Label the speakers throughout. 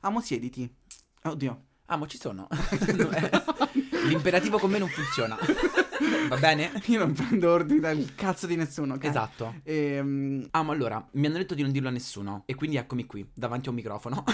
Speaker 1: Amo, siediti. Oddio.
Speaker 2: Amo, ci sono. No, eh. L'imperativo con me non funziona. Va bene?
Speaker 1: Io non prendo ordini dal cazzo di nessuno. ok?
Speaker 2: Esatto.
Speaker 1: Ehm,
Speaker 2: Amo, allora, mi hanno detto di non dirlo a nessuno. E quindi eccomi qui, davanti a un microfono.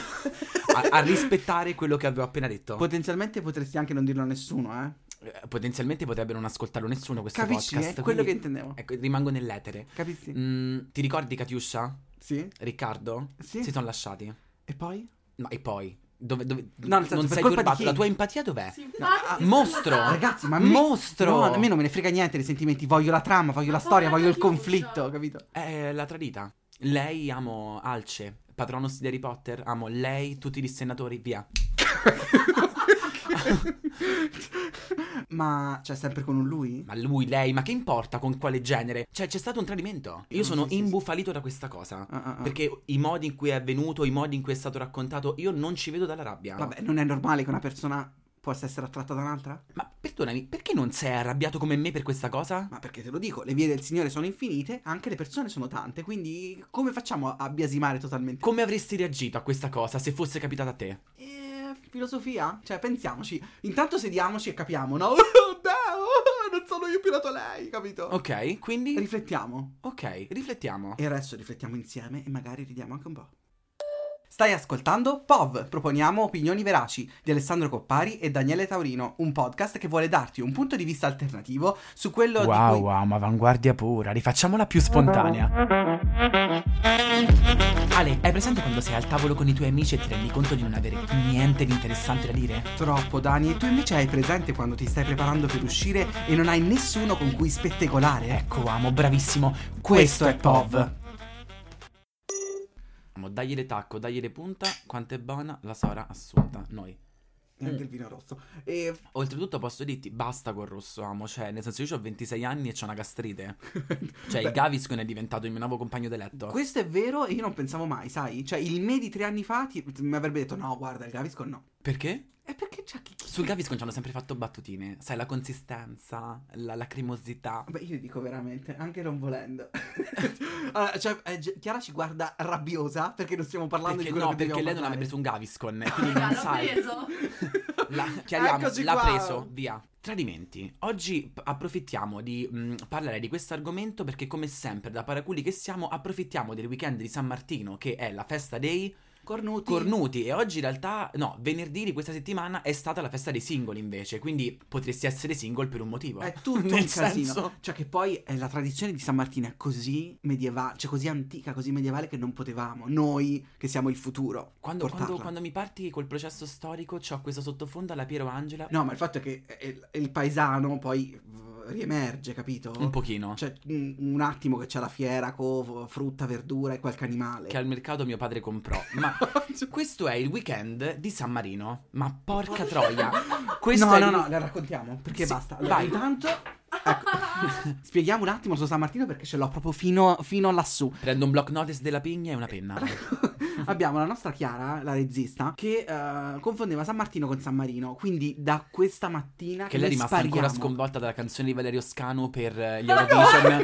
Speaker 2: a, a rispettare quello che avevo appena detto.
Speaker 1: potenzialmente potresti anche non dirlo a nessuno, eh.
Speaker 2: Eh, Potenzialmente potrebbe non ascoltarlo nessuno questo
Speaker 1: Capisci?
Speaker 2: podcast.
Speaker 1: è quello che
Speaker 2: quindi-
Speaker 1: intendevo.
Speaker 2: Ecco, rimango nell'etere.
Speaker 1: Capisci?
Speaker 2: Mm, ti ricordi Katiuscia?
Speaker 1: Sì?
Speaker 2: Riccardo?
Speaker 1: Sì.
Speaker 2: Si sono lasciati.
Speaker 1: E poi?
Speaker 2: Ma e poi? Dove, dove,
Speaker 1: No, nel senso,
Speaker 2: non
Speaker 1: per
Speaker 2: sei
Speaker 1: colpa di
Speaker 2: turbato?
Speaker 1: chi?
Speaker 2: La tua empatia dov'è?
Speaker 3: Sì,
Speaker 1: No,
Speaker 3: infatti,
Speaker 1: ah,
Speaker 3: sì,
Speaker 2: mostro!
Speaker 3: ma-
Speaker 1: Ragazzi, ma a me-
Speaker 2: Mostro!
Speaker 1: No, a me non me ne frega niente dei sentimenti. Voglio la trama, voglio
Speaker 3: Ma
Speaker 1: la storia,
Speaker 3: povera
Speaker 1: voglio il
Speaker 3: Katiuscia.
Speaker 1: conflitto, capito?
Speaker 2: Eh, la tradita. Lei amo Alce, patronos di Harry Potter, amo lei, tutti gli senatori, via.
Speaker 1: Ma, cioè, sempre con un lui?
Speaker 2: Ma lui, lei, ma che importa con quale genere? Cioè, c'è stato un tradimento. Io
Speaker 1: Mm,
Speaker 2: sono
Speaker 1: sì, sì, sì.
Speaker 2: imbufalito da questa cosa.
Speaker 1: Ah, ah, ah.
Speaker 2: Perché i modi in cui è avvenuto, i modi in cui è stato raccontato, io non ci vedo dalla rabbia.
Speaker 1: Vabbè, non è normale che una persona possa essere attratta da un'altra?
Speaker 2: Ma perdonami, perché non sei arrabbiato come me per questa cosa?
Speaker 1: Ma perché te lo dico, le vie del Signore sono infinite, anche le persone sono tante, quindi come facciamo a biasimare totalmente?
Speaker 2: Come avresti reagito a questa cosa se fosse capitata a te?
Speaker 1: Eh, filosofia? Cioè, pensiamoci. Intanto sediamoci e capiamo, no? Oddio, non sono io più la tua lei, capito?
Speaker 2: Ok, quindi...
Speaker 1: Riflettiamo.
Speaker 2: Ok, riflettiamo.
Speaker 1: E adesso riflettiamo insieme e magari ridiamo anche un po'. Stai ascoltando POV, proponiamo opinioni veraci di Alessandro Coppari e Daniele Taurino, un podcast che vuole darti un punto di vista alternativo su quello di cui...
Speaker 2: wow, ma avanguardia pura, rifacciamola più spontanea. Ale, hai presente quando sei al tavolo con i tuoi amici e ti rendi conto di non avere niente di interessante da dire?
Speaker 1: Troppo Dani, e tu invece hai presente quando ti stai preparando per uscire e non hai nessuno con cui spettegolare?
Speaker 2: Ecco, amo, bravissimo,
Speaker 1: Questo
Speaker 2: questo
Speaker 1: è
Speaker 2: è
Speaker 1: POV.
Speaker 2: POV. Amo, dagli le tacco, dagli le punta, quanto è buona la Sora assunta, noi. Eh.
Speaker 1: E anche il Eh, vino rosso. E...
Speaker 2: Oltretutto posso dirti, basta col rosso, amo, cioè, nel senso io ho 26 anni e c'ho una gastrite. Cioè, il
Speaker 1: Beh,
Speaker 2: Gaviscon è diventato il mio nuovo compagno di letto.
Speaker 1: Questo è vero e io non pensavo mai, sai? Cioè, il me di tre anni fa ti- mi avrebbe detto no, guarda, il Gaviscon no.
Speaker 2: Perché?
Speaker 1: E perché c'è chi... chi-
Speaker 2: Sul Gaviscon ci hanno sempre fatto battutine, sai, la consistenza, la lacrimosità.
Speaker 1: Beh, io dico veramente, anche non volendo. allora, cioè, eh, Gi- Chiara ci guarda rabbiosa perché non stiamo parlando
Speaker 2: Perché
Speaker 1: di quello
Speaker 2: no,
Speaker 1: che
Speaker 2: perché lei non ha mai preso un Gaviscon, quindi non
Speaker 3: L'ha
Speaker 2: sai.
Speaker 3: preso.
Speaker 2: La, chiariamo,
Speaker 1: Eccoci
Speaker 2: l'ha
Speaker 1: qua.
Speaker 2: preso, via. Tradimenti. Oggi p- approfittiamo di mh, parlare di questo argomento perché come sempre da paraculi che siamo approfittiamo del weekend di San Martino che è la festa dei
Speaker 1: Cornuti.
Speaker 2: cornuti e oggi in realtà no, venerdì di questa settimana è stata la festa dei singoli invece, quindi potresti essere single per un motivo.
Speaker 1: È tutto
Speaker 2: Nel
Speaker 1: un casino.
Speaker 2: senso-
Speaker 1: Cioè, che poi eh, la tradizione di San Martino è così medievale, cioè così antica, così medievale che non potevamo. Noi, che siamo il futuro.
Speaker 2: Quando, quando-
Speaker 1: portarla.
Speaker 2: quando mi parti col processo storico, c'ho questo sottofondo alla Piero Angela.
Speaker 1: No, ma il fatto è che eh, il, il paesano poi eh, riemerge, capito?
Speaker 2: Un pochino.
Speaker 1: Cioè, un un attimo che c'è la fiera, covo, frutta, verdura e qualche animale.
Speaker 2: Che al mercato mio padre comprò. Ma questo è il weekend di San Marino. Ma porca troia. Questo
Speaker 1: no,
Speaker 2: è
Speaker 1: no,
Speaker 2: il-
Speaker 1: no, la raccontiamo. Perché
Speaker 2: Sì,
Speaker 1: basta. Allora,
Speaker 2: vai.
Speaker 1: intanto. Ecco, spieghiamo un attimo su San Martino perché ce l'ho proprio fino, fino lassù.
Speaker 2: Prendo un block notice della pigna e una penna.
Speaker 1: Abbiamo la nostra Chiara, la regista, che eh, confondeva San Martino con San Marino. Quindi da questa mattina
Speaker 2: Che lei è
Speaker 1: noi
Speaker 2: rimasta
Speaker 1: spariamo.
Speaker 2: ancora sconvolta dalla canzone di Valerio Scano per eh, gli Eurovision.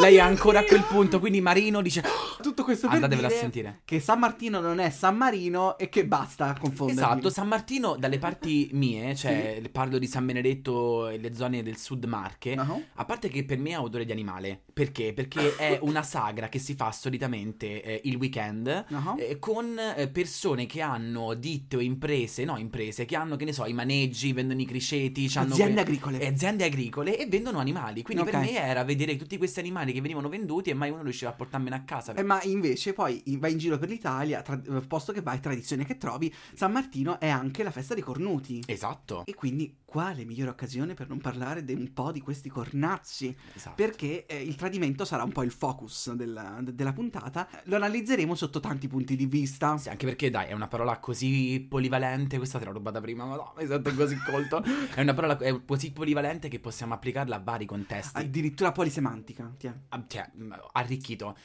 Speaker 2: Lei è ancora a quel punto, quindi Marino dice "Oh,
Speaker 1: Tutto questo per
Speaker 2: andatevela
Speaker 1: dire
Speaker 2: a sentire.
Speaker 1: che San Martino non è San Marino e che basta confonderli.
Speaker 2: Esatto, San Martino dalle parti mie, cioè parlo di San Benedetto e le zone del sud Marche,
Speaker 1: No?
Speaker 2: A parte che per me ha odore di animale. Perché? Perché è una sagra che si fa solitamente eh, il weekend.
Speaker 1: No?
Speaker 2: eh, Con eh, persone che hanno ditte o imprese, no, imprese che hanno, che ne so, i maneggi, vendono i criceti, c'hanno
Speaker 1: Aziende
Speaker 2: que-
Speaker 1: agricole.
Speaker 2: eh, aziende agricole e vendono animali. Quindi
Speaker 1: Ok.
Speaker 2: per me era vedere tutti questi animali che venivano venduti e mai uno riusciva a portarmene a casa.
Speaker 1: Eh, ma invece poi in- vai in giro per l'Italia, tra- eh, posto che vai, tradizione che trovi, San Martino è anche la festa dei cornuti.
Speaker 2: Esatto.
Speaker 1: E quindi quale migliore occasione per non parlare di un po' di questi cornacci?
Speaker 2: esatto.
Speaker 1: Perché eh, il tradimento sarà un po' il focus della, de- della puntata. Lo analizzeremo sotto tanti punti di vista.
Speaker 2: Sì, anche perché dai, è una parola così polivalente, questa te l'ho rubata prima, ma no, mi sento così colto. È una parola è così polivalente che possiamo applicarla a vari contesti.
Speaker 1: Addirittura polisemantica. tiè.
Speaker 2: Ah, cioè, mh, arricchito.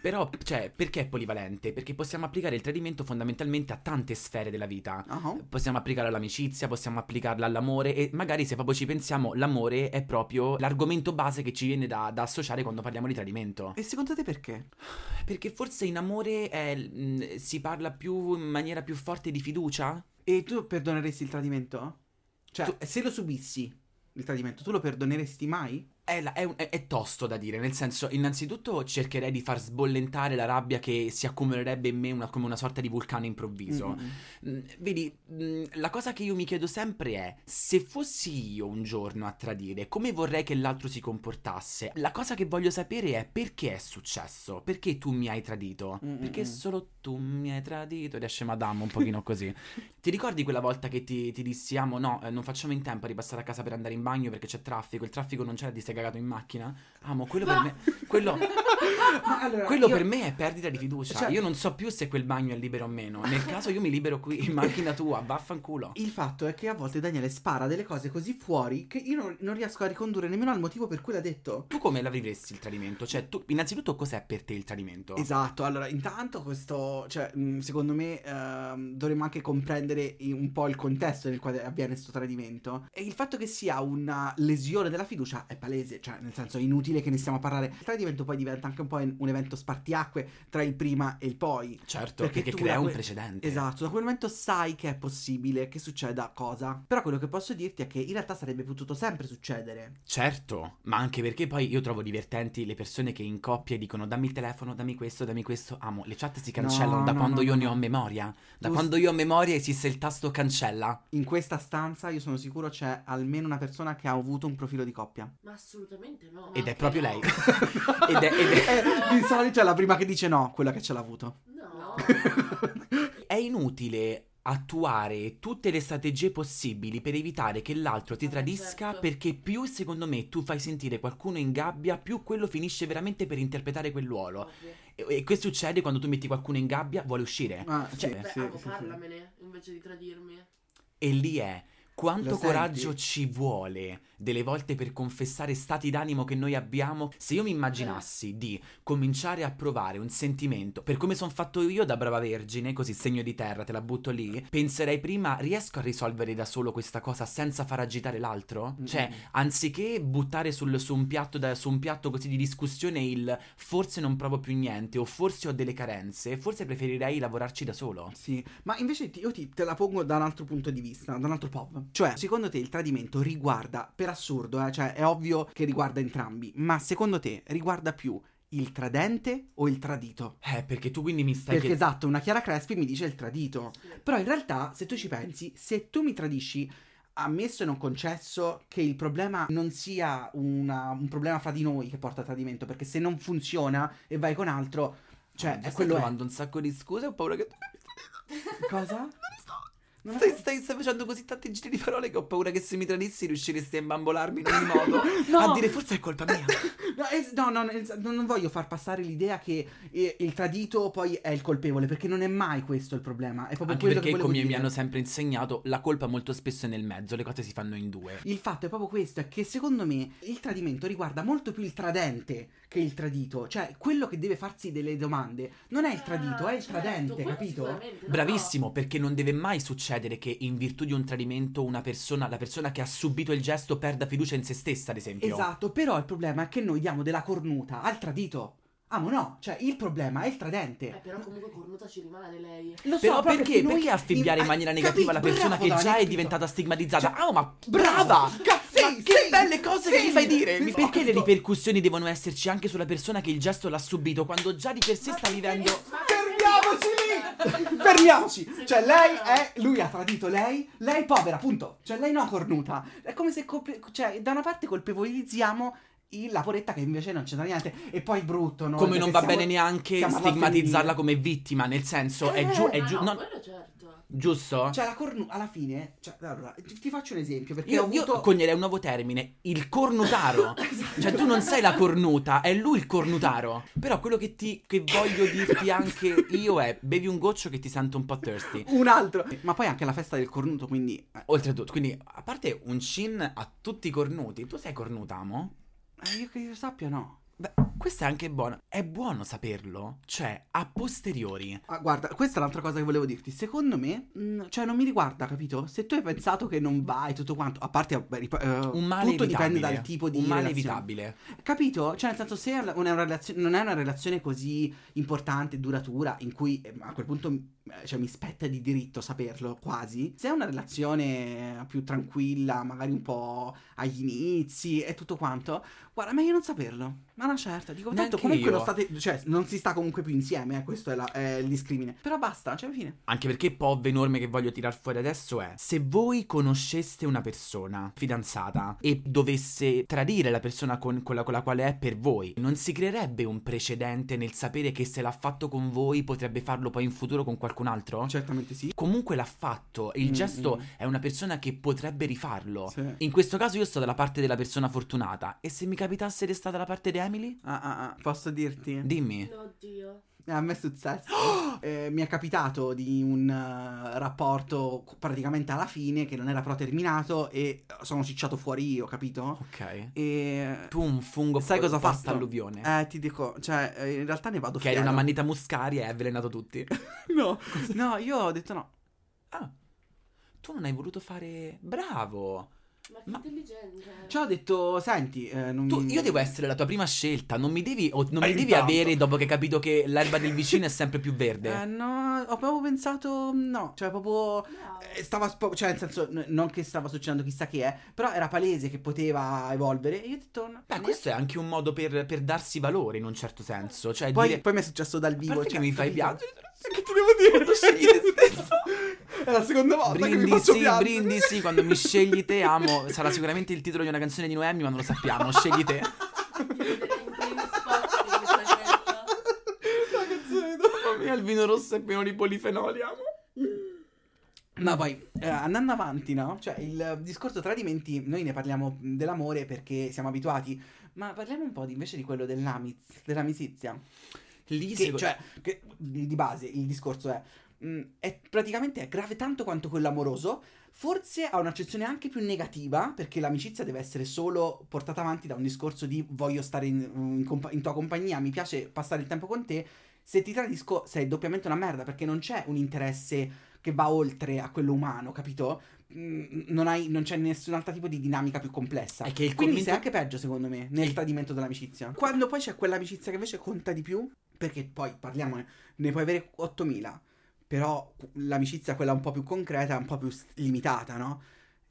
Speaker 2: Però, cioè, perché è polivalente? Perché possiamo applicare il tradimento fondamentalmente a tante sfere della vita.
Speaker 1: Ah,
Speaker 2: Possiamo applicarlo all'amicizia, possiamo applicarla all'amore e magari se proprio ci pensiamo, l'amore è proprio l'argomento base che ci viene da, da associare quando parliamo di tradimento.
Speaker 1: E secondo te perché?
Speaker 2: Perché forse in amore è, mh, si parla più in maniera più forte di fiducia?
Speaker 1: E tu perdoneresti il tradimento? Cioè,
Speaker 2: Tu-
Speaker 1: se lo subissi il tradimento, tu lo perdoneresti mai?
Speaker 2: È, la- è un- è- è tosto da dire, nel senso, innanzitutto cercherei di far sbollentare la rabbia che si accumulerebbe in me una- come una sorta di vulcano improvviso.
Speaker 1: Mm, mm, mm.
Speaker 2: Mm, Vedi, mm, la cosa che io mi chiedo sempre è: se fossi io un giorno a tradire, come vorrei che l'altro si comportasse? La cosa che voglio sapere è perché è successo? Perché tu mi hai tradito?
Speaker 1: Mm, mm,
Speaker 2: Perché
Speaker 1: mm.
Speaker 2: solo tu mi hai tradito? Riesce Madame un pochino così. Ti ricordi quella volta che ti, ti dissi: Amo, no, eh, non facciamo in tempo a ripassare a casa per andare in bagno perché c'è traffico. Il traffico non c'era, ti sei cagato in macchina? Amo, quello per me. Quello.
Speaker 1: Ma allora,
Speaker 2: Quello
Speaker 1: io-
Speaker 2: per me è perdita di fiducia.
Speaker 1: Cioè-
Speaker 2: io non so più se quel bagno è libero o meno. Nel caso io mi libero qui in macchina tua, vaffanculo.
Speaker 1: Il fatto è che a volte Daniele spara delle cose così fuori che io non, non riesco a ricondurre nemmeno al motivo per cui l'ha detto.
Speaker 2: Tu come la vivresti il tradimento? Cioè, tu, innanzitutto, cos'è per te il tradimento?
Speaker 1: Esatto, allora intanto questo, cioè, mh, secondo me ehm, dovremmo anche comprendere i- un po' il contesto nel quale avviene questo tradimento. E il fatto che sia una lesione della fiducia è palese, cioè nel senso è inutile che ne stiamo a parlare. Il tradimento poi diventa anche un po' in- un evento spartiacque tra il prima e il poi.
Speaker 2: Certo,
Speaker 1: Perché
Speaker 2: perché,
Speaker 1: tu
Speaker 2: crea
Speaker 1: da
Speaker 2: un
Speaker 1: que-
Speaker 2: precedente.
Speaker 1: Esatto, da quel momento sai che è possibile che succeda cosa. Però quello che posso dirti è che in realtà sarebbe potuto sempre succedere.
Speaker 2: Certo, ma anche perché poi io trovo divertenti le persone che in coppia dicono dammi il telefono, dammi questo, dammi questo. Amo, le chat si cancellano
Speaker 1: No,
Speaker 2: da
Speaker 1: no,
Speaker 2: quando
Speaker 1: no,
Speaker 2: io
Speaker 1: no,
Speaker 2: ne ho
Speaker 1: no.
Speaker 2: memoria. Da
Speaker 1: Tu-
Speaker 2: quando io ho memoria esiste il tasto cancella.
Speaker 1: In questa stanza io sono sicuro c'è almeno una persona che ha avuto un profilo di coppia.
Speaker 3: Ma assolutamente no.
Speaker 2: Ed
Speaker 3: ma
Speaker 2: è
Speaker 3: che
Speaker 2: proprio
Speaker 3: no.
Speaker 2: lei. Ed è- ed è-
Speaker 1: Eh, di solito è la prima che dice no, quella che ce l'ha avuto.
Speaker 3: No.
Speaker 2: È inutile attuare tutte le strategie possibili per evitare che l'altro ti
Speaker 3: Ah,
Speaker 2: tradisca
Speaker 3: certo.
Speaker 2: perché più secondo me tu fai sentire qualcuno in gabbia, più quello finisce veramente per interpretare quel ruolo.
Speaker 3: Ovvio.
Speaker 2: E, e questo succede quando tu metti qualcuno in gabbia, vuole uscire.
Speaker 1: Ah,
Speaker 2: Cioè,
Speaker 3: Beh, amo, parlamene invece di tradirmi.
Speaker 2: E lì è
Speaker 1: Lo
Speaker 2: quanto
Speaker 1: senti?
Speaker 2: coraggio ci vuole delle volte per confessare stati d'animo che noi abbiamo. Se io mi immaginassi di cominciare a provare un sentimento, per come sono fatto io da brava vergine, così segno di terra, te la butto lì, penserei prima riesco a risolvere da solo questa cosa senza far agitare l'altro?
Speaker 1: Mm,
Speaker 2: Cioè, anziché buttare sul- su, un piatto da- su un piatto così di discussione il forse non provo più niente o forse ho delle carenze, forse preferirei lavorarci da solo.
Speaker 1: Sì, ma invece ti- io ti, te la pongo da un altro punto di vista, da un altro pop. Cioè, secondo te il tradimento riguarda, per assurdo, eh, cioè è ovvio che riguarda entrambi, ma secondo te riguarda più il tradente o il tradito?
Speaker 2: Eh, perché tu quindi mi stai
Speaker 1: Perché
Speaker 2: chied-
Speaker 1: esatto, una Chiara Crespi mi dice il tradito.
Speaker 3: Sì.
Speaker 1: Però in realtà, se tu ci pensi, se tu mi tradisci, ammesso e non concesso che il problema non sia una- un problema fra di noi che porta al tradimento, perché se non funziona e vai con altro, cioè, è
Speaker 2: stai
Speaker 1: quello è.
Speaker 2: trovando un sacco di scuse, ho paura che tu
Speaker 1: Cosa?
Speaker 2: non stai, stai, stai facendo così tanti giri di parole che ho paura che se mi tradissi riusciresti a imbambolarmi in ogni modo.
Speaker 1: No.
Speaker 2: A dire forse è colpa mia.
Speaker 1: No, es- no, no, es- non non voglio far passare l'idea che eh, il tradito poi è il colpevole, perché non è mai questo il problema. È proprio
Speaker 2: Anche
Speaker 1: quello
Speaker 2: perché,
Speaker 1: che volevo
Speaker 2: come mi
Speaker 1: dire.
Speaker 2: hanno sempre insegnato, la colpa molto spesso è nel mezzo, le cose si fanno in due.
Speaker 1: Il fatto è proprio questo, è che secondo me il tradimento riguarda molto più il tradente che il tradito, cioè quello che deve farsi delle domande non è il tradito,
Speaker 2: Ah,
Speaker 1: è il
Speaker 3: certo,
Speaker 1: tradente,
Speaker 3: quello
Speaker 1: capito?
Speaker 3: sicuramente, no,
Speaker 2: Bravissimo, perché non deve mai succedere che in virtù di un tradimento una persona, la persona che ha subito il gesto, perda fiducia in se stessa, ad esempio.
Speaker 1: Esatto, però il problema è che noi diamo della cornuta al tradito. Amo no, cioè il problema è il
Speaker 3: no. Eh,
Speaker 1: tradente.
Speaker 3: però comunque cornuta ci rimane lei.
Speaker 1: Lo so,
Speaker 2: Però
Speaker 1: proprio
Speaker 2: perché,
Speaker 1: noi
Speaker 2: perché affibbiare in maniera
Speaker 1: ah,
Speaker 2: negativa la
Speaker 1: capito,
Speaker 2: persona
Speaker 1: bravo,
Speaker 2: che
Speaker 1: Dani,
Speaker 2: già è
Speaker 1: capito.
Speaker 2: diventata stigmatizzata?
Speaker 1: Cioè,
Speaker 2: Ah, ma brava!
Speaker 1: Cazzo,
Speaker 2: Ma
Speaker 1: sì,
Speaker 2: che
Speaker 1: sì,
Speaker 2: belle cose che
Speaker 1: sì. Esatto.
Speaker 2: mi fai dire!
Speaker 1: Sì,
Speaker 2: Mi-
Speaker 1: ho
Speaker 2: Perché le
Speaker 1: capito.
Speaker 2: ripercussioni devono esserci anche sulla persona che il gesto l'ha subito, quando già di per sé
Speaker 3: Ma
Speaker 2: sta
Speaker 3: perché-
Speaker 2: vivendo.
Speaker 3: ma perché-
Speaker 1: Fermiamoci lì! Fermiamoci! Cioè, lei è. Lui ha tradito lei, lei povera, appunto. Cioè, lei no cornuta. È come se. colpe- cioè, da una parte colpevolizziamo il- la poretta che invece non c'entra niente. E poi è brutto, no?
Speaker 2: Come non va
Speaker 1: Perché
Speaker 2: bene
Speaker 1: siamo-
Speaker 2: neanche
Speaker 1: siamo femminili.
Speaker 2: stigmatizzarla come vittima, nel senso è,
Speaker 1: Eh,
Speaker 2: giu- è
Speaker 3: Ah,
Speaker 2: giu-
Speaker 3: no,
Speaker 2: no,
Speaker 3: quello certo.
Speaker 2: giusto?
Speaker 1: Cioè, la cornuta. Alla fine. Cioè, allora, ti, ti faccio un esempio. Perché
Speaker 2: Io,
Speaker 1: ho avuto. Esatto.
Speaker 2: io coglierei un nuovo termine, il cornutaro. cioè, tu non sei la cornuta, è lui il cornutaro. Però quello che, ti, che voglio dirti anche io è: bevi un goccio che ti sento un po' thirsty.
Speaker 1: Un altro. Ma poi anche la festa del cornuto, quindi. eh,
Speaker 2: Oltretutto, quindi, a parte un chin a tutti i cornuti, tu sei cornutamo?
Speaker 1: io eh, che io sappia, no.
Speaker 2: Beh, questa è anche buona. È buono saperlo? Cioè, a posteriori.
Speaker 1: Ah, guarda, questa è l'altra cosa che volevo dirti. Secondo me, mh, cioè, non mi riguarda, capito? Se tu hai pensato che non vai tutto quanto, a parte, beh, rip- eh,
Speaker 2: Un male
Speaker 1: tutto dipende
Speaker 2: evitabile.
Speaker 1: dal tipo di
Speaker 2: Un male
Speaker 1: relazione.
Speaker 2: evitabile.
Speaker 1: Capito? Cioè, nel senso, se è una relazio- non è una relazione così importante, duratura, in cui eh, a quel punto eh, cioè, mi spetta di diritto saperlo, quasi. Se è una relazione più tranquilla, magari un po' agli inizi e tutto quanto, guarda, meglio non saperlo. Ma una certa, dico, tanto
Speaker 2: Neanche
Speaker 1: comunque
Speaker 2: io.
Speaker 1: non state, cioè, non si sta comunque più insieme, eh, questo è, la- è il discrimine. Però basta, cioè, alla fine.
Speaker 2: Anche perché pov enorme che voglio tirar fuori adesso è se voi conosceste una persona fidanzata e dovesse tradire la persona con quella con la quale è per voi, non si creerebbe un precedente nel sapere che se l'ha fatto con voi potrebbe farlo poi in futuro con qualcun altro?
Speaker 1: Certamente sì.
Speaker 2: Comunque l'ha fatto e il
Speaker 1: Cioè Mm,
Speaker 2: gesto
Speaker 1: mm.
Speaker 2: è una persona che potrebbe rifarlo.
Speaker 1: Sì.
Speaker 2: In questo caso io sto dalla parte della persona fortunata e se mi capitasse di stare dalla parte di Emily?
Speaker 1: Ah, ah, ah, posso dirti?
Speaker 2: Dimmi.
Speaker 3: Oddio.
Speaker 1: Eh, A me è successo. Eh, mi è capitato di un eh, rapporto co- praticamente alla fine che non era però terminato e eh, sono cicciato fuori io, capito?
Speaker 2: Ok.
Speaker 1: E
Speaker 2: Tu un fungo
Speaker 1: Sai cosa ho
Speaker 2: post
Speaker 1: fatto?
Speaker 2: alluvione.
Speaker 1: eh, ti dico, cioè, eh, in realtà ne vado
Speaker 2: Che era
Speaker 1: fiero.
Speaker 2: una manita muscaria e ha avvelenato tutti.
Speaker 1: No, no, io ho detto no.
Speaker 2: Ah, tu non hai voluto fare. Bravo!
Speaker 3: Ma che
Speaker 2: Ma-
Speaker 3: intelligente.
Speaker 1: Cioè ho detto, senti, eh, non-
Speaker 2: Tu- io devo essere la tua prima scelta, non mi devi, o- non mi
Speaker 1: Eh,
Speaker 2: devi
Speaker 1: intanto.
Speaker 2: avere dopo che hai capito che l'erba del vicino è sempre più
Speaker 1: Eh,
Speaker 2: verde.
Speaker 1: no, ho proprio pensato, no, cioè proprio
Speaker 3: Bravo.
Speaker 1: Eh, Stava, spo- cioè, nel senso, n- non che stava succedendo chissà che è, però era palese che poteva evolvere. E io ho detto, no,
Speaker 2: Beh,
Speaker 1: ne-
Speaker 2: questo è anche un modo per, per darsi valore in un certo senso. Cioè,
Speaker 1: Poi,
Speaker 2: dire.
Speaker 1: poi mi è successo dal
Speaker 2: a
Speaker 1: vivo.
Speaker 2: parte
Speaker 1: Cioè,
Speaker 2: che mi fai
Speaker 1: capito?
Speaker 2: piangere. Che ti devo dire? Scegli te stesso.
Speaker 1: È la seconda volta che mi faccio
Speaker 2: Brindisi,
Speaker 1: piangere.
Speaker 2: brindisi, quando mi scegli te amo. Sarà sicuramente il titolo di una canzone di Noemi, ma non lo sappiamo. Scegli te.
Speaker 3: Devi vedere in primi spot di questa scelta.
Speaker 1: La canzone dopo.
Speaker 2: Mamma mia, il vino rosso è pieno di polifenoli, amo.
Speaker 1: No, poi eh, andando avanti, no? Cioè, il discorso tradimenti, noi ne parliamo mh, dell'amore perché siamo abituati, ma parliamo un po' di- invece di quello dell'amiz, dell'amicizia.
Speaker 2: Lì,
Speaker 1: Che,
Speaker 2: seco-
Speaker 1: cioè, che, di base il discorso è, mh, è praticamente è grave tanto quanto quello amoroso, forse ha un'accezione anche più negativa, perché l'amicizia deve essere solo portata avanti da un discorso di voglio stare in, in compa- in tua compagnia, mi piace passare il tempo con te, se ti tradisco sei doppiamente una merda, perché non c'è un interesse che va oltre a quello umano, capito? Mm, Non, hai- non c'è nessun altro tipo di dinamica più complessa.
Speaker 2: È che il
Speaker 1: Quindi
Speaker 2: commento-
Speaker 1: sei anche peggio, secondo me, nel tradimento dell'amicizia. Quando poi c'è quell'amicizia che invece conta di più, perché poi parliamone, ne puoi avere 8000, però l'amicizia, quella un po' più concreta, è un po' più s- limitata, no?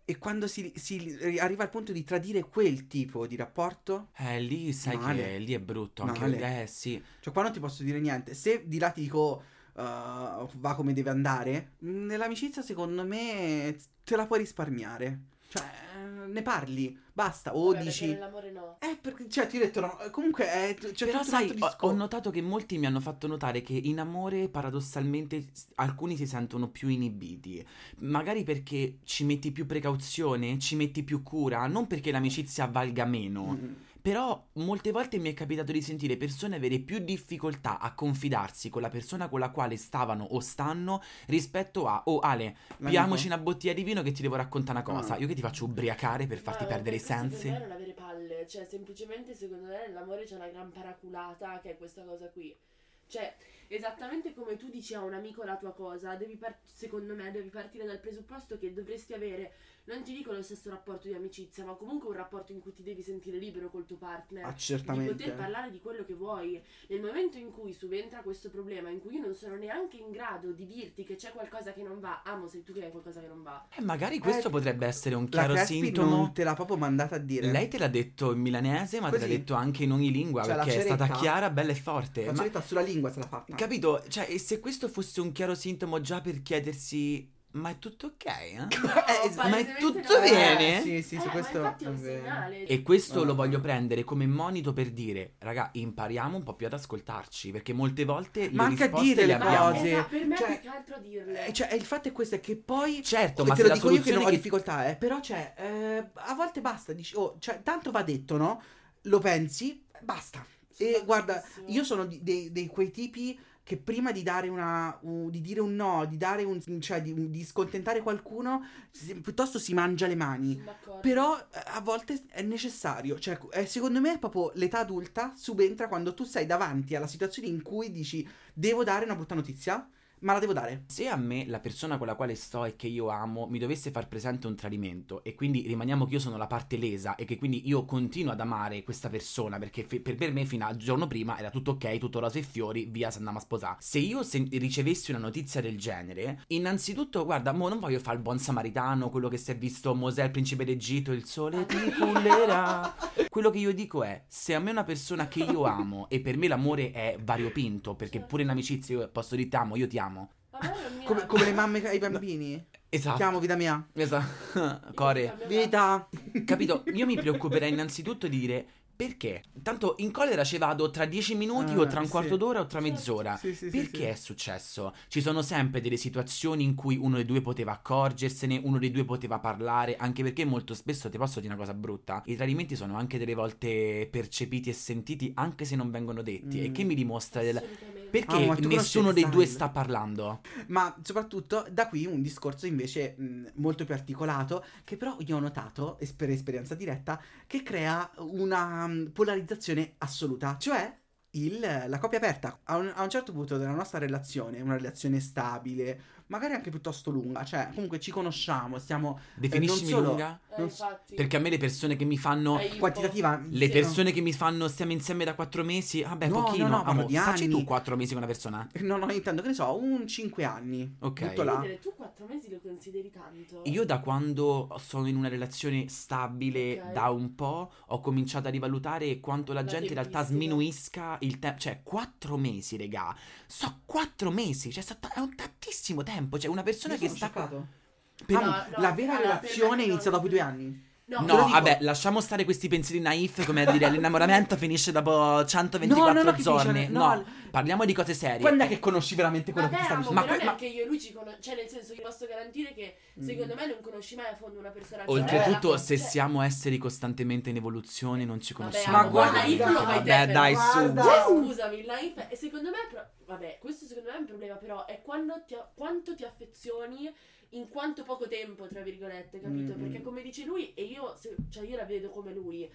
Speaker 1: E quando si, si arriva al punto di tradire quel tipo di rapporto,
Speaker 2: Eh, lì sai
Speaker 1: Male.
Speaker 2: che lì è brutto. Anche
Speaker 1: Male.
Speaker 2: eh, sì.
Speaker 1: cioè qua non ti posso dire niente. Se di là ti dico eh, va come deve andare, mm, nell'amicizia secondo me te la puoi risparmiare. Cioè, eh, ne parli, basta, o
Speaker 3: Vabbè, perché
Speaker 1: dici...
Speaker 3: Nell'amore no.
Speaker 1: Eh, perché, cioè, ti ho detto, no, comunque, eh, t- c'è
Speaker 2: Però
Speaker 1: tutto
Speaker 2: sai,
Speaker 1: questo
Speaker 2: ho,
Speaker 1: discorso.
Speaker 2: ho notato che molti mi hanno fatto notare che in amore paradossalmente s- alcuni si sentono più inibiti. Magari perché ci metti più precauzione, ci metti più cura, non perché l'amicizia valga meno.
Speaker 1: Mm.
Speaker 2: Però molte volte mi è capitato di sentire persone avere più difficoltà a confidarsi con la persona con la quale stavano o stanno rispetto a "Oh Ale,
Speaker 1: L'amico?
Speaker 2: piamoci una bottiglia di vino che ti devo raccontare una cosa".
Speaker 1: Ah.
Speaker 2: Io che ti faccio ubriacare per farti
Speaker 3: No,
Speaker 2: perdere i
Speaker 3: perché
Speaker 2: sensi.
Speaker 3: Secondo me non avere palle, cioè semplicemente secondo me nell'amore c'è una gran paraculata che è questa cosa qui. Cioè, esattamente come tu dici a un amico la tua cosa, devi par- secondo me devi partire dal presupposto che dovresti avere, non ti dico lo stesso rapporto di amicizia, ma comunque un rapporto in cui ti devi sentire libero col tuo partner.
Speaker 1: Ah,
Speaker 3: di
Speaker 1: certamente.
Speaker 3: poter parlare di quello che vuoi. Nel momento in cui subentra questo problema, in cui io non sono neanche in grado di dirti che c'è qualcosa che non va, amo sei tu che hai qualcosa che non va.
Speaker 2: Eh, magari questo
Speaker 1: Eh,
Speaker 2: potrebbe essere un
Speaker 1: La
Speaker 2: chiaro
Speaker 1: Crespi
Speaker 2: sintomo.
Speaker 1: non te l'ha proprio mandata a dire.
Speaker 2: Lei te l'ha detto in milanese, ma te
Speaker 1: Così.
Speaker 2: l'ha detto anche in ogni lingua,
Speaker 1: Cioè, la
Speaker 2: perché è
Speaker 1: ceretta-
Speaker 2: stata chiara, bella e forte.
Speaker 1: La
Speaker 2: Ma,
Speaker 1: ceretta sulla lingua se l'ha fatta.
Speaker 2: capito? Cioè, e se questo fosse un chiaro sintomo già per chiedersi, ma è tutto ok, eh?
Speaker 1: Eh,
Speaker 3: No,
Speaker 2: ma è
Speaker 3: Ecco, palesemente
Speaker 2: tutto
Speaker 3: non
Speaker 2: bene?
Speaker 1: Sì, sì,
Speaker 3: Eh,
Speaker 1: su
Speaker 3: ma
Speaker 1: questo
Speaker 3: infatti è un
Speaker 1: vero.
Speaker 3: segnale.
Speaker 2: E questo
Speaker 1: No.
Speaker 2: lo voglio prendere come monito per dire, raga, impariamo un po' più ad ascoltarci, perché molte volte
Speaker 1: Ma
Speaker 2: le
Speaker 1: anche a
Speaker 2: risposte
Speaker 1: dire
Speaker 2: le
Speaker 1: le
Speaker 2: abbiamo.
Speaker 1: cose.
Speaker 3: esatto, per me
Speaker 1: Cioè-
Speaker 3: più che altro a dirle.
Speaker 1: Eh, cioè, il fatto è questo, è che poi...
Speaker 2: Certo,
Speaker 1: Cioè, Te
Speaker 2: ma se
Speaker 1: lo
Speaker 2: la
Speaker 1: dico io che
Speaker 2: soluzione
Speaker 1: non ho
Speaker 2: che-
Speaker 1: difficoltà, eh, però cioè, eh, a volte basta, dici, oh, cioè, tanto va detto, no? Lo pensi, basta.
Speaker 3: Sono
Speaker 1: E eh, guarda,
Speaker 3: d'accordissimo.
Speaker 1: io sono di, dei, dei quei tipi che prima di dare una u- di dire un no, di dare un cioè di, di scontentare qualcuno, si- piuttosto si mangia le mani.
Speaker 3: Sono d'accordo.
Speaker 1: Però eh, a volte è necessario, cioè eh, secondo me è proprio l'età adulta subentra quando tu sei davanti alla situazione in cui dici devo dare una brutta notizia, ma la devo dare.
Speaker 2: Se a me la persona con la quale sto e che io amo mi dovesse far presente un tradimento e quindi rimaniamo che io sono la parte lesa e che quindi io continuo ad amare questa persona perché fe- per, per me fino al giorno prima era tutto ok, tutto rose e fiori, via se andiamo a sposare. Se io sen- ricevessi una notizia del genere, innanzitutto guarda, mo non voglio fare il buon samaritano, quello che si è visto Mosè, il principe d'Egitto, il sole ti cullerà. Quello che io dico è, se a me una persona che io amo e per me l'amore è variopinto, perché pure in amicizia io posso dire ti amo, io ti amo.
Speaker 3: Ma a me non mi
Speaker 1: Come,
Speaker 3: ama.
Speaker 1: come le mamme ai bambini.
Speaker 2: Esatto.
Speaker 1: Chiamo vita mia.
Speaker 2: Esatto.
Speaker 3: Io
Speaker 2: Core.
Speaker 3: cambiavo-
Speaker 1: Vita.
Speaker 2: Capito? Io mi preoccuperei innanzitutto di dire perché? Tanto in collera ci vado tra dieci minuti
Speaker 1: Ah,
Speaker 2: o tra un
Speaker 1: sì.
Speaker 2: quarto d'ora o tra mezz'ora.
Speaker 1: Sì, sì, sì,
Speaker 2: Ah, Perché è successo? Ci sono sempre delle situazioni in cui uno dei due poteva accorgersene, uno dei due poteva parlare, anche perché molto spesso, ti posso dire una cosa brutta, i tradimenti sono anche delle volte percepiti e sentiti anche se non vengono detti. E
Speaker 1: Mm.
Speaker 2: che mi dimostra del...
Speaker 3: Assolutamente.
Speaker 1: Ah,
Speaker 2: Perché
Speaker 1: ma tu conosci Eh,
Speaker 2: nessuno
Speaker 1: il
Speaker 2: dei due
Speaker 1: style?
Speaker 2: sta parlando?
Speaker 1: Ma soprattutto da qui un discorso invece mh, molto più articolato, che però io ho notato, es- per esperienza diretta, che crea una mh, polarizzazione assoluta, cioè il- la coppia aperta. A un, a un certo punto della nostra relazione, una relazione stabile, magari anche piuttosto lunga, cioè comunque ci conosciamo, stiamo...
Speaker 2: Definiscimi
Speaker 1: solo-
Speaker 2: lunga?
Speaker 3: Eh,
Speaker 1: non s-
Speaker 3: infatti.
Speaker 2: Perché a me le persone che mi fanno...
Speaker 3: Aiuto.
Speaker 1: Quantitativa...
Speaker 2: Le
Speaker 1: sì,
Speaker 2: persone che mi fanno stiamo insieme da quattro mesi, vabbè,
Speaker 1: No,
Speaker 2: pochino.
Speaker 1: no, no, parlo
Speaker 2: Amo,
Speaker 1: di
Speaker 2: facci
Speaker 1: anni.
Speaker 2: tu quattro mesi con una persona.
Speaker 1: No, no, intendo, che ne so, un 5 anni.
Speaker 2: Ok.
Speaker 1: Tutto
Speaker 3: Voglio
Speaker 1: là.
Speaker 3: dire, tu quattro mesi lo consideri tanto?
Speaker 2: Io da quando sono in una relazione stabile
Speaker 3: Ok.
Speaker 2: da un po', ho cominciato a rivalutare quanto la,
Speaker 3: La
Speaker 2: gente in realtà
Speaker 3: tempistica.
Speaker 2: sminuisca il tempo. Cioè, quattro mesi, regà. So, quattro mesi. Cioè, so- è un tantissimo tempo. Cioè, una persona
Speaker 1: Io
Speaker 2: che
Speaker 1: sono
Speaker 2: sta...
Speaker 1: scioccato.
Speaker 2: Per-
Speaker 1: Ah,
Speaker 3: No, no,
Speaker 1: la vera
Speaker 3: allora,
Speaker 1: relazione
Speaker 3: per-
Speaker 1: è iniziata dopo i due anni.
Speaker 3: No,
Speaker 1: te lo
Speaker 2: No,
Speaker 1: dico.
Speaker 2: vabbè, lasciamo stare questi pensieri naif, come a dire l'innamoramento finisce dopo 124
Speaker 1: No, no, no, che finisce-
Speaker 2: giorni.
Speaker 1: no,
Speaker 2: No,
Speaker 1: al-
Speaker 2: parliamo di cose serie.
Speaker 1: Quando è che conosci veramente quello che ti sta
Speaker 3: Vabbè, amo,
Speaker 1: dicendo?
Speaker 2: Ma
Speaker 3: però
Speaker 2: que-
Speaker 3: neanche io e lui ci conosciamo. Cioè, nel senso, io posso garantire che secondo me non conosci mai a fondo una persona. Cioè,
Speaker 2: Oltretutto,
Speaker 3: la-
Speaker 2: se
Speaker 3: cioè-
Speaker 2: siamo esseri costantemente in evoluzione, non ci
Speaker 3: Vabbè,
Speaker 2: conosciamo.
Speaker 1: Ma
Speaker 3: amo, guarda,
Speaker 1: guarda,
Speaker 3: io non lo fai te,
Speaker 2: vabbè,
Speaker 3: però.
Speaker 2: dai,
Speaker 1: guarda.
Speaker 2: su.
Speaker 3: Cioè,
Speaker 1: Wow.
Speaker 3: scusami, la inf- e secondo me, pro- vabbè, questo secondo me è un problema, però è quando ti a- quanto ti affezioni in quanto poco tempo, tra virgolette, capito?
Speaker 1: Mm.
Speaker 3: Perché come dice lui, e io, se- cioè io la vedo come lui,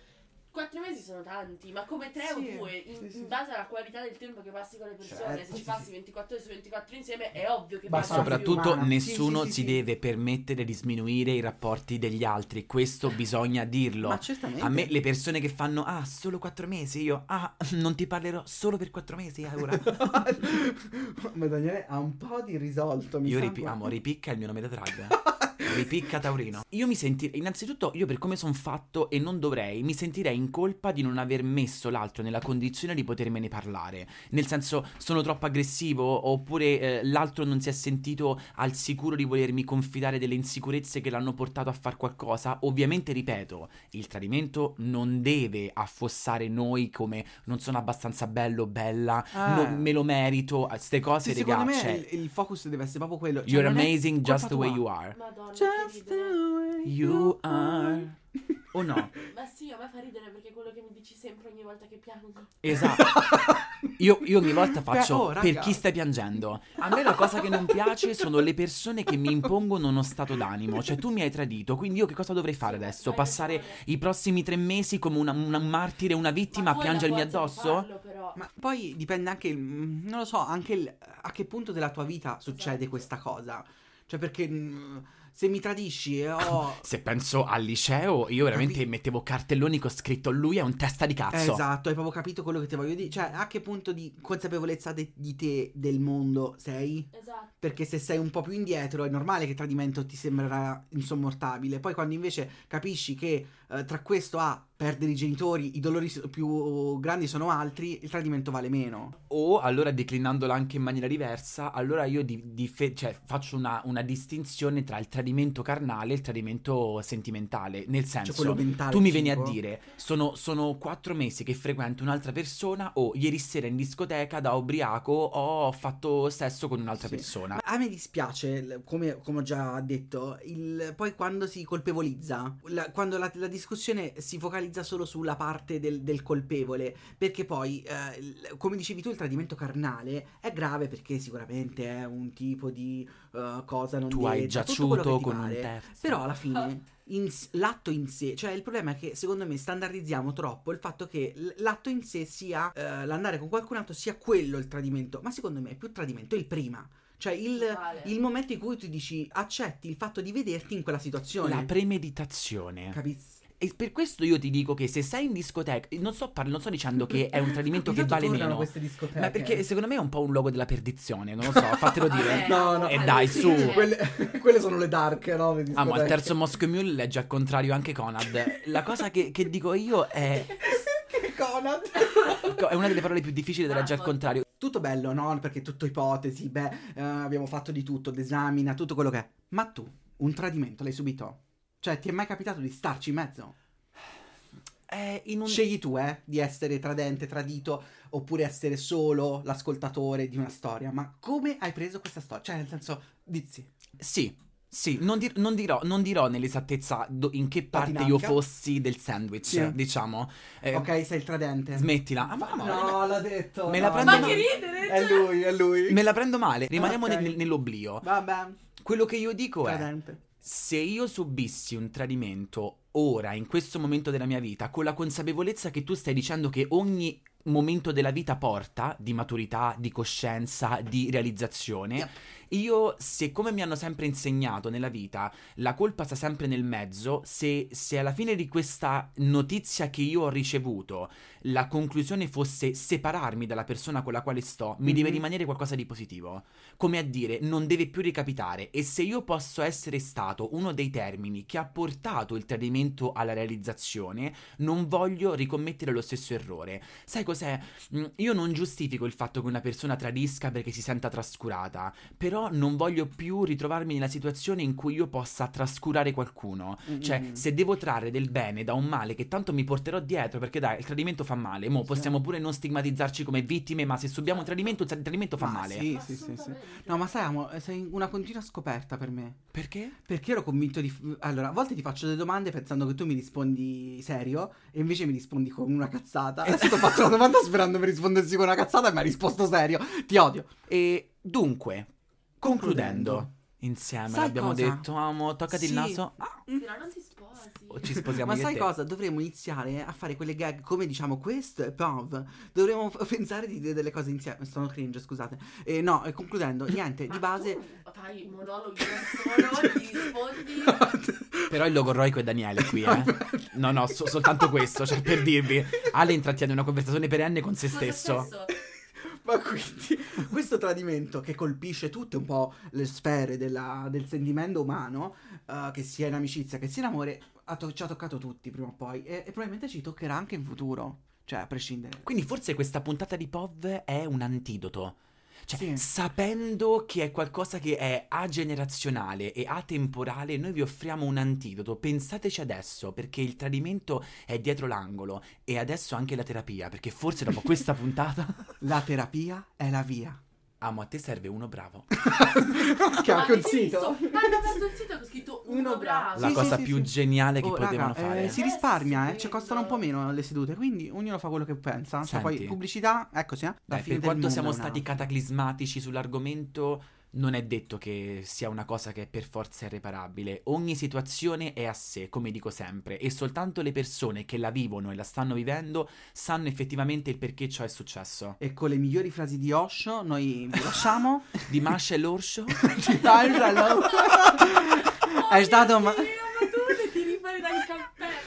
Speaker 3: quattro mesi sono tanti, ma come tre
Speaker 1: Sì,
Speaker 3: o due, in,
Speaker 1: sì, sì.
Speaker 3: in base alla qualità del tempo che passi con le persone,
Speaker 1: Certo,
Speaker 3: se ci
Speaker 1: sì,
Speaker 3: passi
Speaker 1: sì.
Speaker 3: 24 ore su 24 insieme, è ovvio che
Speaker 1: Ma
Speaker 2: Ma
Speaker 3: passi di più.
Speaker 2: soprattutto
Speaker 1: umana.
Speaker 2: nessuno
Speaker 1: Sì, sì, sì,
Speaker 2: si
Speaker 1: sì.
Speaker 2: deve permettere di sminuire i rapporti degli altri. Questo bisogna dirlo.
Speaker 1: Ma certamente.
Speaker 2: A me le persone che fanno ah solo quattro mesi io ah non ti parlerò solo per quattro mesi eh, Aura.
Speaker 1: Ma Daniele ha un po' di risolto, mi
Speaker 2: Io
Speaker 1: sa,
Speaker 2: ripi-
Speaker 1: guarda.
Speaker 2: amo, ripicca il mio nome da drag. ripicca Taurino. Io mi sentirei, innanzitutto, io per come sono fatto e non dovrei, mi sentirei in colpa di non aver messo l'altro nella condizione di potermene parlare. Nel senso, sono troppo aggressivo oppure eh, l'altro non si è sentito al sicuro di volermi confidare delle insicurezze che l'hanno portato a far qualcosa. Ovviamente, ripeto, il tradimento non deve affossare noi come non sono abbastanza bello, bella,
Speaker 1: Ah.
Speaker 2: non me lo merito, queste cose,
Speaker 1: Sì,
Speaker 2: regà,
Speaker 1: secondo me
Speaker 2: cioè-
Speaker 1: il, il focus deve essere proprio quello. Cioè,
Speaker 2: You're
Speaker 1: non è
Speaker 2: amazing
Speaker 1: colpa
Speaker 2: just the way
Speaker 1: tua.
Speaker 2: you are.
Speaker 3: Madonna, che
Speaker 1: Just the
Speaker 3: ridere.
Speaker 1: way
Speaker 2: You are. O no?
Speaker 3: Ma sì, a me fa ridere perché è quello che mi dici sempre ogni volta che piango.
Speaker 2: Esatto. Io, io ogni volta
Speaker 1: Beh,
Speaker 2: faccio
Speaker 1: oh, raga.
Speaker 2: per chi stai piangendo. A me la cosa che non piace sono le persone che mi impongono uno stato d'animo. Cioè, tu mi hai tradito, quindi io che cosa dovrei fare adesso?
Speaker 3: Hai
Speaker 2: Passare
Speaker 3: ragione.
Speaker 2: i prossimi tre mesi come una, una martire, una vittima
Speaker 3: Ma
Speaker 2: a
Speaker 3: tu hai la
Speaker 2: piangermi
Speaker 3: forza di
Speaker 2: addosso?
Speaker 3: farlo, però.
Speaker 1: Ma poi dipende anche, il- mm, non lo so, anche il- a che punto della tua vita succede
Speaker 3: Esatto.
Speaker 1: questa cosa. Cioè, perché mm, se mi tradisci e ho...
Speaker 2: Se penso al liceo, io veramente
Speaker 1: Capi-
Speaker 2: mettevo cartelloni con scritto lui è un testa di
Speaker 1: Eh,
Speaker 2: cazzo.
Speaker 1: Esatto, hai proprio capito quello che ti voglio dire. Cioè, a che punto di consapevolezza de- di te, del mondo, sei?
Speaker 3: Esatto.
Speaker 1: Perché se sei un po' più indietro è normale che il tradimento ti sembrerà insommortabile. Poi quando invece capisci che eh, tra questo a perdere i genitori i dolori s- più grandi sono altri, il tradimento vale meno.
Speaker 2: O allora declinandola anche in maniera diversa, allora io di- dife- cioè, faccio una, una distinzione tra il tradimento carnale e il tradimento sentimentale. Nel senso,
Speaker 1: Cioè quello mentale.
Speaker 2: tu mi
Speaker 1: tipo.
Speaker 2: vieni a dire, sono, sono quattro mesi che frequento un'altra persona o ieri sera in discoteca da ubriaco ho fatto sesso con un'altra
Speaker 1: Sì.
Speaker 2: persona.
Speaker 1: Ma a me dispiace, l- come, come ho già detto, il- poi quando si colpevolizza, la- quando la, la discussione si focalizza solo sulla parte del, del colpevole, perché poi, eh, il- come dicevi tu, il tradimento carnale è grave perché sicuramente è un tipo di eh, cosa non
Speaker 2: tu hai
Speaker 1: detta, tutto quello che
Speaker 2: giaciuto
Speaker 1: ti
Speaker 2: con un
Speaker 1: pare.
Speaker 2: terzo.
Speaker 1: Però alla fine in s- l'atto in sé, cioè il problema è che secondo me standardizziamo troppo il fatto che l- l'atto in sé sia eh, l'andare con qualcun altro sia quello il tradimento, ma secondo me è più tradimento il prima. Cioè il,
Speaker 3: Totale.
Speaker 1: il momento in cui tu dici accetti il fatto di vederti in quella situazione.
Speaker 2: La premeditazione.
Speaker 1: Capisci?
Speaker 2: E per questo io ti dico che se sei in discoteca, non sto, par- non sto dicendo che è un tradimento che vale meno, ma perché secondo me è un po' un luogo della perdizione, non lo so, fatelo dire.
Speaker 3: Vabbè.
Speaker 1: Eh, No, no.
Speaker 2: E dai, su.
Speaker 1: Quelle, quelle sono le dark, no? Le
Speaker 2: Ah, ma il
Speaker 1: discoteche.
Speaker 2: terzo Moscow Mule legge al contrario anche Conad. La cosa che, che dico io è.
Speaker 1: Perché Conan?
Speaker 2: È una delle parole più difficili da leggere al contrario.
Speaker 1: tutto bello, no? Perché tutto ipotesi, beh, eh, abbiamo fatto di tutto, d'esamina, tutto quello che è. Ma tu, un tradimento l'hai subito? Cioè, ti è mai capitato di starci in mezzo?
Speaker 2: È in un.
Speaker 1: Scegli tu, eh, di essere tradente, tradito, oppure essere solo l'ascoltatore di una storia. Ma come hai preso questa storia? Cioè, nel senso, dizzi.
Speaker 2: Sì, sì, non, dir- non dirò, non dirò nell'esattezza do- in che parte io
Speaker 1: dinamica.
Speaker 2: fossi del sandwich,
Speaker 1: Sì.
Speaker 2: diciamo. Eh,
Speaker 1: ok, sei il tradente.
Speaker 2: Smettila. Ah, ma- ma-
Speaker 1: no, l'ha detto.
Speaker 2: Me la
Speaker 1: no,
Speaker 2: prendo
Speaker 3: Ma
Speaker 1: no.
Speaker 3: che ridere!
Speaker 1: È
Speaker 3: cioè.
Speaker 1: lui, è lui.
Speaker 2: Me la prendo male, rimaniamo
Speaker 1: Ok.
Speaker 2: nel- nell'oblio.
Speaker 1: Vabbè,
Speaker 2: Quello che io dico è.
Speaker 1: tradente.
Speaker 2: Se io subissi un tradimento ora, in questo momento della mia vita, con la consapevolezza che tu stai dicendo che ogni momento della vita porta di maturità, di coscienza, di realizzazione,
Speaker 1: Yep.
Speaker 2: io se come mi hanno sempre insegnato nella vita, la colpa sta sempre nel mezzo, se, se alla fine di questa notizia che io ho ricevuto la conclusione fosse separarmi dalla persona con la quale sto, mi deve
Speaker 1: Mhm.
Speaker 2: rimanere qualcosa di positivo. Come a dire, non deve più ricapitare. E se io posso essere stato uno dei termini che ha portato il tradimento alla realizzazione, non voglio ricommettere lo stesso errore. Sai cos'è? Mm, Io non giustifico il fatto che una persona tradisca perché si senta trascurata, però non voglio più ritrovarmi nella situazione in cui io possa trascurare qualcuno. Cioè,
Speaker 1: Mm.
Speaker 2: se devo trarre del bene da un male che tanto mi porterò dietro, perché dai, il tradimento fa male. Mo,
Speaker 1: Sì.
Speaker 2: possiamo pure non stigmatizzarci come vittime, ma se subiamo un tradimento, il tra- il tradimento fa
Speaker 1: Ma
Speaker 2: male.
Speaker 1: Sì, sì, sì, sì.
Speaker 3: Assolutamente.
Speaker 1: No, ma sai, amo, sei una continua scoperta per me.
Speaker 2: Perché?
Speaker 1: Perché ero convinto di. Allora, a volte ti faccio delle domande pensando che tu mi rispondi serio e invece mi rispondi con una cazzata.
Speaker 2: Eh,
Speaker 1: Adesso ti ho fatto una domanda sperando mi rispondessi con una cazzata e mi hai risposto serio. Ti odio.
Speaker 2: E dunque, concludendo,
Speaker 1: Concludendo.
Speaker 2: insieme
Speaker 1: Sai
Speaker 2: abbiamo
Speaker 1: cosa?
Speaker 2: detto, amo, toccati
Speaker 1: Sì.
Speaker 2: il naso. Ah,
Speaker 3: Sira, non ti sposi.
Speaker 2: o ci sposiamo
Speaker 1: Ma
Speaker 2: io e
Speaker 1: sai
Speaker 2: te.
Speaker 1: cosa? Dovremmo iniziare a fare quelle gag come diciamo questo e pov. Dovremmo f- pensare di dire delle cose insieme. Sono cringe, scusate. E no, e concludendo, niente,
Speaker 3: Ma
Speaker 1: di base.
Speaker 3: tu Fai i monologhi da solo, ti rispondi.
Speaker 2: Però il logorroico è Daniele qui, eh. No, no, so- soltanto questo, cioè per dirvi. Ale intrattiene una conversazione perenne con se
Speaker 3: Cosa
Speaker 2: stesso.
Speaker 1: Ma quindi questo tradimento che colpisce tutte un po' le sfere della- del sentimento umano, eh, che sia in amicizia, che sia in amore, ha to- ci ha toccato tutti prima o poi e, e probabilmente ci toccherà anche in futuro, cioè a prescindere.
Speaker 2: Quindi forse questa puntata di POV è un antidoto. Cioè,
Speaker 1: Sì.
Speaker 2: sapendo che è qualcosa che è agenerazionale e atemporale, noi vi offriamo un antidoto. Pensateci adesso, perché il tradimento è dietro l'angolo e adesso anche la terapia, perché forse dopo questa puntata...
Speaker 1: La terapia è la via.
Speaker 2: Amo, a te serve uno bravo.
Speaker 1: che ha
Speaker 3: Ma
Speaker 1: un sito.
Speaker 3: avete visto? Ah, hanno aperto il sito che ho scritto
Speaker 1: Uno
Speaker 3: uno bravo.
Speaker 2: La
Speaker 1: Ah, Sì,
Speaker 2: cosa
Speaker 1: sì,
Speaker 2: più
Speaker 1: sì.
Speaker 2: geniale che
Speaker 1: Oh,
Speaker 2: potevano
Speaker 1: raga,
Speaker 2: fare.
Speaker 1: eh, si
Speaker 3: Eh,
Speaker 1: risparmia, eh, ci
Speaker 3: stupendo.
Speaker 1: costano un po' meno le sedute, quindi ognuno fa quello che pensa. Cioè,
Speaker 2: Senti.
Speaker 1: poi pubblicità, eccoci, eh. la
Speaker 2: Dai,
Speaker 1: fine del
Speaker 2: per quanto
Speaker 1: nulla,
Speaker 2: siamo
Speaker 1: una-
Speaker 2: stati cataclismatici sull'argomento, non è detto che sia una cosa che è per forza irreparabile. Ogni situazione è a sé, come dico sempre, e soltanto le persone che la vivono e la stanno vivendo sanno effettivamente il perché ciò è successo.
Speaker 1: E con le migliori frasi di Osho noi vi lasciamo.
Speaker 2: Di Masha e l'orso?
Speaker 1: Ci taglialo. È stato ma...
Speaker 3: ma... ma tu devi rifare dal cappello.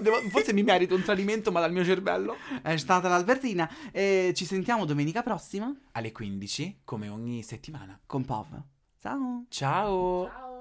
Speaker 2: Devo- forse mi merito un tradimento, ma dal mio cervello.
Speaker 1: È stata l'Albertina e ci sentiamo domenica prossima
Speaker 2: Alle 15, come ogni settimana.
Speaker 1: con Pov. Ciao!
Speaker 2: Ciao.
Speaker 3: Ciao.